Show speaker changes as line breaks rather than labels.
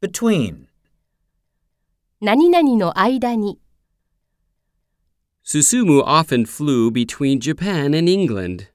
Between.
何々の間に
Susumu often flew between Japan and England.